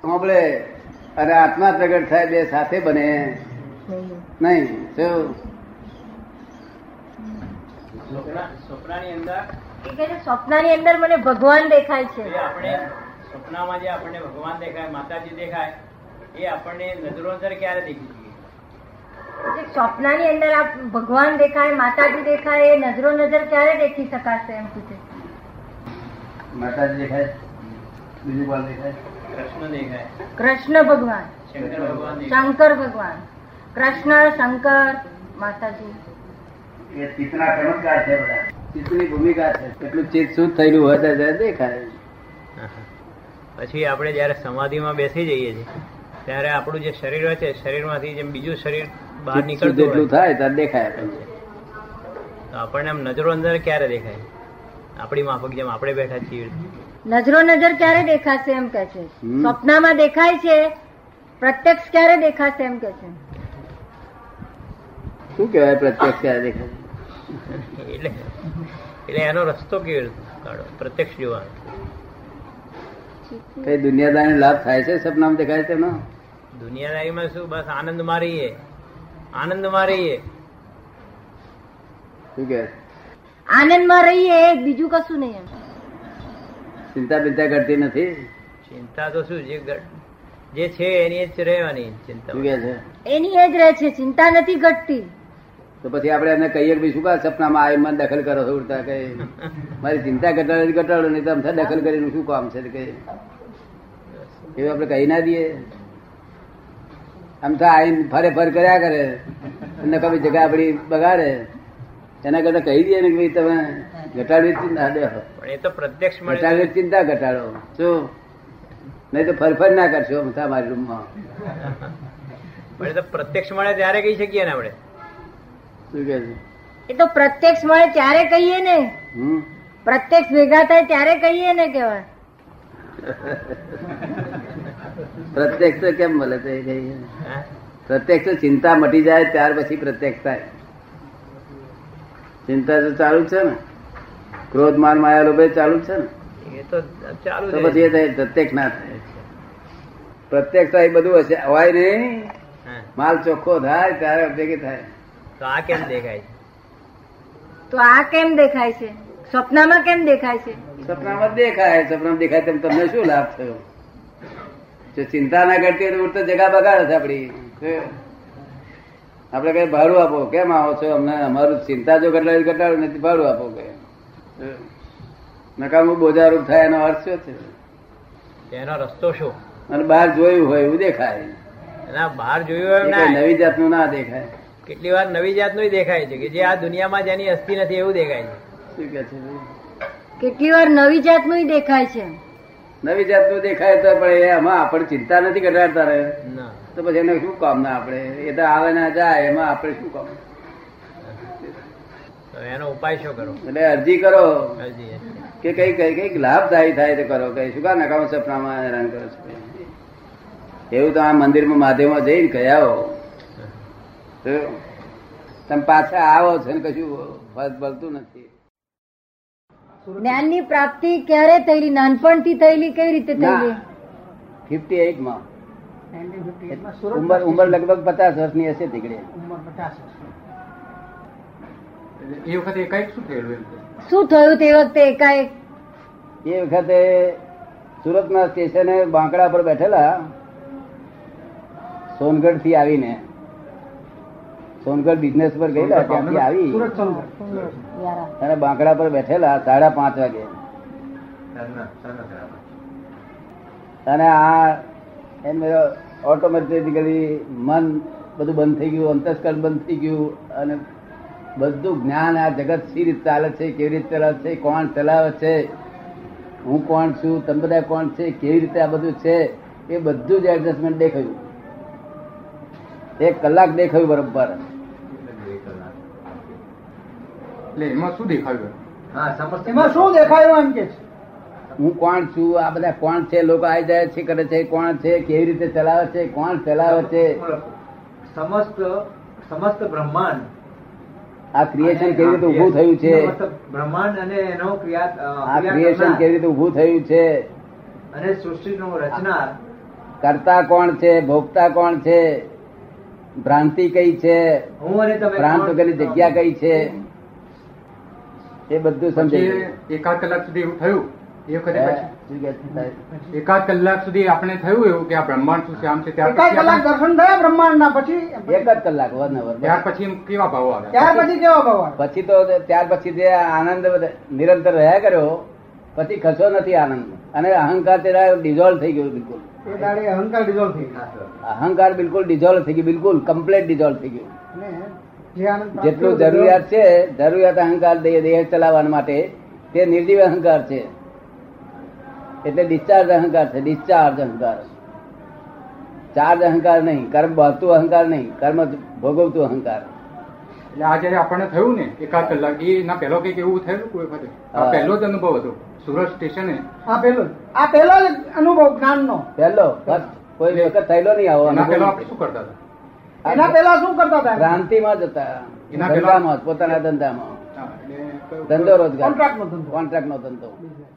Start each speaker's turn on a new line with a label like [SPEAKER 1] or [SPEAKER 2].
[SPEAKER 1] સાંભળે અને આત્મા પ્રગટ થાય બે સાથે બને નહીં શું
[SPEAKER 2] સ્વપ્ન- સ્વપ્નની અંદર
[SPEAKER 3] એ કહે છે, સ્વપ્નની અંદર મને ભગવાન દેખાય છે
[SPEAKER 2] જે આપણે સ્વપ્નમાં જે આપણને ભગવાન દેખાય માતાજી દેખાય એ આપણને નજરો અંદર ક્યારે દેખી શકીએ
[SPEAKER 3] જે સ્વપ્નની અંદર આ ભગવાન દેખાય માતાજી દેખાય એ નજરો નજર ક્યારે દેખી શકાશે એમ પૂછે છે.
[SPEAKER 1] માતાજી દેખાય બીજું કોણ દેખાય
[SPEAKER 2] કૃષ્ણ દેખાય
[SPEAKER 3] કૃષ્ણ ભગવાન
[SPEAKER 2] શંકર ભગવાન દેખાય
[SPEAKER 3] શંકર ભગવાન કૃષ્ણ શંકર માતાજી
[SPEAKER 1] એ ચિત્તના ચમત્કાર છે બધા ચિત્તની ભૂમિકા છે એટલું ચિત્ત શુદ્ધ થયેલું હોય ત્યારે દેખાય
[SPEAKER 2] પછી આપણે જ્યારે સમાધિમાં બેસી જઈએ છીએ ત્યારે આપણું જે શરીર હોય છે શરીરમાંથી જેમ બીજું શરીર બહાર
[SPEAKER 1] ચિત્ત શુદ્ધ
[SPEAKER 2] નીકળતું
[SPEAKER 1] એટલું
[SPEAKER 2] હોય
[SPEAKER 1] થાય ત્યારે દેખાય આપણને
[SPEAKER 2] તો આપણને આમ નજરો અંદર ક્યારે દેખાય આપણી માફક જેમ આપણે બેઠા છીએ
[SPEAKER 3] નજરો નજર ક્યારે દેખાશે એમ કે છે
[SPEAKER 1] હમ.
[SPEAKER 3] સ્વપ્નમાં દેખાય છે પ્રત્યક્ષ ક્યારે દેખાશે એમ કે છે
[SPEAKER 1] શું કહેવાય પ્રત્યક્ષ ક્યારે દેખાય
[SPEAKER 2] એટલે એટલે એનો રસ્તો કેવી રીતે કાઢો પ્રત્યક્ષ જોવાનો
[SPEAKER 1] કઈ દુનિયાદારી લાભ થાય છે સપનામાં દેખાય છે તેનો
[SPEAKER 2] દુનિયાદારીમાં શું બસ આનંદ મારીએ આનંદ મારીએ
[SPEAKER 1] શું કે
[SPEAKER 3] આનંદમાં રહીએ એ બીજું કશું નહીં એમ
[SPEAKER 1] ચિંતા બિંતા કરતી નથી
[SPEAKER 2] ચિંતા તો શું જે ઘટ- જે છે એની જ રહેવાની ચિંતા
[SPEAKER 1] શું કે છે
[SPEAKER 3] એની એ જ રહે છે ચિંતા નથી ઘટતી
[SPEAKER 1] તો પછી આપણે એને કહીએ કે ભઈ શું કામ સપનામાં આવી મને દખલ કરો છો ઉડતા કે મારી ચિંતા ઘટાડે તો ઘટાડો નહીં તો અમથા દખલ કરીને શું કામ છે કે એવું આપણે કહી ના દઈએ અમથા આવીને ફરે ફર કર્યા કરે અને કભી જગ્યા આપણી બગાડે એના કરતા કહી દઈએ ને કે ભઈ તમે ઘટાડવી જ ચિંતા દેખો
[SPEAKER 2] પણ એ તો પ્રત્યક્ષ મળે
[SPEAKER 1] ઘટાડવી જ ચિંતા ઘટાડો શું નહીં તો ફરફર ના કરશો અમથા મારી રૂમમાં
[SPEAKER 2] પણ એ તો પ્રત્યક્ષ મળે ત્યારે કહી શકીએ ને આપણે
[SPEAKER 1] શું કે છે
[SPEAKER 3] એ તો પ્રત્યક્ષ મળે ત્યારે કહીએ ને
[SPEAKER 1] હમ
[SPEAKER 3] પ્રત્યક્ષ ભેગા થાય ત્યારે કહીએ ને કેવાય
[SPEAKER 1] પ્રત્યક્ષ તો કેમ મળે તો એ કહીએ.
[SPEAKER 2] હા?
[SPEAKER 1] પ્રત્યક્ષ તો ચિંતા મટી જાય ત્યાર પછી પ્રત્યક્ષ થાય ચિંતા તો ચાલુ જ છે ને ક્રોધ માર માયા લોભે ચાલુ જ છે ને
[SPEAKER 2] એ તો ચાલુ
[SPEAKER 1] તો
[SPEAKER 2] જ
[SPEAKER 1] પછી
[SPEAKER 2] રહે.
[SPEAKER 1] એ થાય પ્રત્યક્ષ ના થાય પ્રત્યક્ષ થાય એ બધું હશે અવાય નહીં
[SPEAKER 2] હા.
[SPEAKER 1] માલ ચોખ્ખો થાય ત્યારે ભેગી થાય
[SPEAKER 2] તો આ કેમ દેખાય છે
[SPEAKER 3] તો આ કેમ દેખાય છે સ્વપ્નમાં કેમ દેખાય છે
[SPEAKER 1] સપનામાં દેખાય સપનામાં દેખાય તેમ તમને શું લાભ થયો જો ચિંતા ના કરતી હોય તો ઉડતો જગા બગાડે છે આપડી આપડે કઈ ભાડું આપો કેમ આવો છો અમને અમારું ચિંતા જો ઘટાડે ઘટાડો નથી ભાડું આપો કે નકામું બોજારૂપ થાય એનો અર્થ શું છે
[SPEAKER 2] એનો રસ્તો શું
[SPEAKER 1] અને બહાર જોયું હોય એવું દેખાય
[SPEAKER 2] એના બહાર
[SPEAKER 1] એ
[SPEAKER 2] જોયું એમ
[SPEAKER 1] કઈ
[SPEAKER 2] ના
[SPEAKER 1] નવી જાતનું ના દેખાય
[SPEAKER 2] કેટલી વાર નવી જાતનું દેખાય છે કે જે આ દુનિયામાં જેની અસ્થિ નથી એવું દેખાય છે
[SPEAKER 1] શું કે છે
[SPEAKER 3] કેટલી વાર નવી જાતનું દેખાય છે
[SPEAKER 1] નવી જાતનું દેખાય તો પણ એ આમાં આપણે ચિંતા નથી ઘટાડતા રહે
[SPEAKER 2] ના
[SPEAKER 1] તો પછી એને શું કામ ના આપણે એ તો આવે ના જાય એમાં આપણે શું કામ
[SPEAKER 2] તો એનો ઉપાય શું કરો
[SPEAKER 1] એટલે અરજી કરો
[SPEAKER 2] હજી એ.
[SPEAKER 1] કે કઈ કઈ કઈક લાભદાયી થાય તો કરો કઈ શું કા નકામ સપનામાં હેરાન કરો છો એવું તો આ મંદિરમાં માધ્યમમાં જઈને ગયા હો તો તમે પાછા આવો છો ને કશું ફળ ફળતું નથી
[SPEAKER 3] જ્ઞાનની પ્રાપ્તિ ક્યારે થયેલી નાનપણથી થયેલી કેવી રીતે થયેલી
[SPEAKER 1] ફિફ્ટી એટ માં ઉંમર ઉંમર લગભગ પચાસ વર્ષની હશે તીકડે
[SPEAKER 4] એ વખતે એકાએક શું થયેલું એમ
[SPEAKER 3] શું થયું તે વખતે એકાએક
[SPEAKER 1] એ વખતે સુરતના સ્ટેશને બાંકડા પર બેઠેલા સોનગઢ થી આવીને સોનગઢ બિઝનેસ પર ગયેલા ત્યાંથી આવી
[SPEAKER 4] સુરત સોનગઢ
[SPEAKER 1] અને બાંકડા પર બેઠેલા સાડા પાંચ વાગે
[SPEAKER 4] સાંજના સાંજના થયા.
[SPEAKER 1] અને આ એમ ઓટોમેટિકલી મન બધું બંધ થઈ ગયું અંતસ્કરણ બંધ થઈ ગયું અને બધું જ્ઞાન આ જગત સી રીતે ચાલે છે કેવી રીતે ચલાવે છે કોણ ચલાવે છે હું કોણ છું તમે બધા કોણ છે કેવી રીતે આ બધું છે એ બધું જ એડજસ્ટમેન્ટ દેખાયું એક કલાક દેખાયું બરોબર
[SPEAKER 4] એટલે એમાં શું દેખાયું
[SPEAKER 5] એમાં શું દેખાયું એમ કે છે
[SPEAKER 1] હું કોણ છું આ બધા કોણ છે લોકો આવી જાય છે કરે છે કોણ છે કેવી રીતે ચલાવે છે કોણ ચલાવે છે
[SPEAKER 5] સમસ્ત સમસ્ત બ્રહ્માંડ
[SPEAKER 1] આ ક્રિએશન કેવી રીતે ઊભું થયું છે
[SPEAKER 5] સમસ્ત બ્રહ્માંડ અને એનો ક્રિયા અ,
[SPEAKER 1] આ
[SPEAKER 5] ક્રિયા
[SPEAKER 1] ક્રિએશન
[SPEAKER 5] કરનાર
[SPEAKER 1] કેવી રીતે ઊભું થયું છે
[SPEAKER 5] અને સૃષ્ટિનો રચનાર
[SPEAKER 1] કરતા કોણ છે ભોગતા કોણ છે ભ્રાંતિ કઈ છે
[SPEAKER 5] હું અને તમે
[SPEAKER 1] ભ્રાંત
[SPEAKER 5] કોણ?
[SPEAKER 1] વગરની જગ્યા કઈ છે એ બધું સમજાઈ
[SPEAKER 4] પછી
[SPEAKER 1] ગયું.
[SPEAKER 4] એકાદ કલાક સુધી એવું થયું એ વખતે
[SPEAKER 1] હે? શું
[SPEAKER 4] પછી
[SPEAKER 1] કહે છે સાહેબ?
[SPEAKER 4] એકાદ કલાક સુધી આપણે થયું એવું કે આ બ્રહ્માંડ શું છે આમ છે ત્યાર
[SPEAKER 6] એકાદ
[SPEAKER 4] પછી
[SPEAKER 6] કલાક
[SPEAKER 4] આપણે-
[SPEAKER 6] દર્શન થયા બ્રહ્માંડના પછી
[SPEAKER 1] એક જ કલાક વન
[SPEAKER 4] ત્યાર
[SPEAKER 1] અવર
[SPEAKER 4] પછી એમ કેવા ભાવો આવે
[SPEAKER 6] ત્યાર પછી કેવા ભગવાન
[SPEAKER 1] પછી તો ત્યાર પછી જે આનંદ નિરંતર રહ્યા કર્યો પછી ખસો નથી આનંદ અને અહંકાર તેના ડિઝોલ્વ થઈ ગયો બિલકુલ
[SPEAKER 6] એ દાડે અહંકાર ડિઝોલ્વ થઈ ગયો
[SPEAKER 1] અહંકાર બિલકુલ ડિઝોલ્વ થઈ ગયું બિલકુલ કમ્પ્લેટ ડિઝોલ્વ થઈ ગયું
[SPEAKER 6] અને જે આનંદ પ્રાપ્ત
[SPEAKER 1] જેટલું
[SPEAKER 6] થયો
[SPEAKER 1] જરૂરિયાત છે જરૂરિયાત અહંકાર દે- દેહ ચલાવવા માટે તે નિર્જીવ અહંકાર છે એટલે ડિસ્ચાર્જ અહંકાર છે ડિસ્ચાર્જ અહંકાર ચાર્જ અહંકાર નહીં કર્મ બહતું અહંકાર નહીં કર્મ ભોગવતું અહંકાર
[SPEAKER 4] એટલે આ જયારે આપણને થયું ને એકાદ કલાક એ એના પહેલો કઈક એવું થયેલું કોઈ વખતે આ
[SPEAKER 1] હા.
[SPEAKER 4] પહેલો જ અનુભવ હતો સુરત સ્ટેશને
[SPEAKER 6] આ પહેલો જ. આ પહેલો જ અનુભવ જ્ઞાનનો
[SPEAKER 1] પહેલો first કોઈ વખત થયેલો નહીં આવો
[SPEAKER 4] એના પહેલા
[SPEAKER 1] અનુભવ.
[SPEAKER 4] આપણે શું કરતા હતા
[SPEAKER 6] એના પહેલા શું કરતા હતા
[SPEAKER 1] ક્રાંતિમાં જ હતા
[SPEAKER 4] એના પહેલા-
[SPEAKER 1] ધંધામાં જ, પોતાના ધંધામાં
[SPEAKER 4] હા, એટલે કયું-
[SPEAKER 1] ધંધો રોજગાર
[SPEAKER 6] કોન્ટ્રાક્ટનો ધંધો
[SPEAKER 1] કોન્ટ્રાક્ટ નો ધંધો
[SPEAKER 6] બીજું.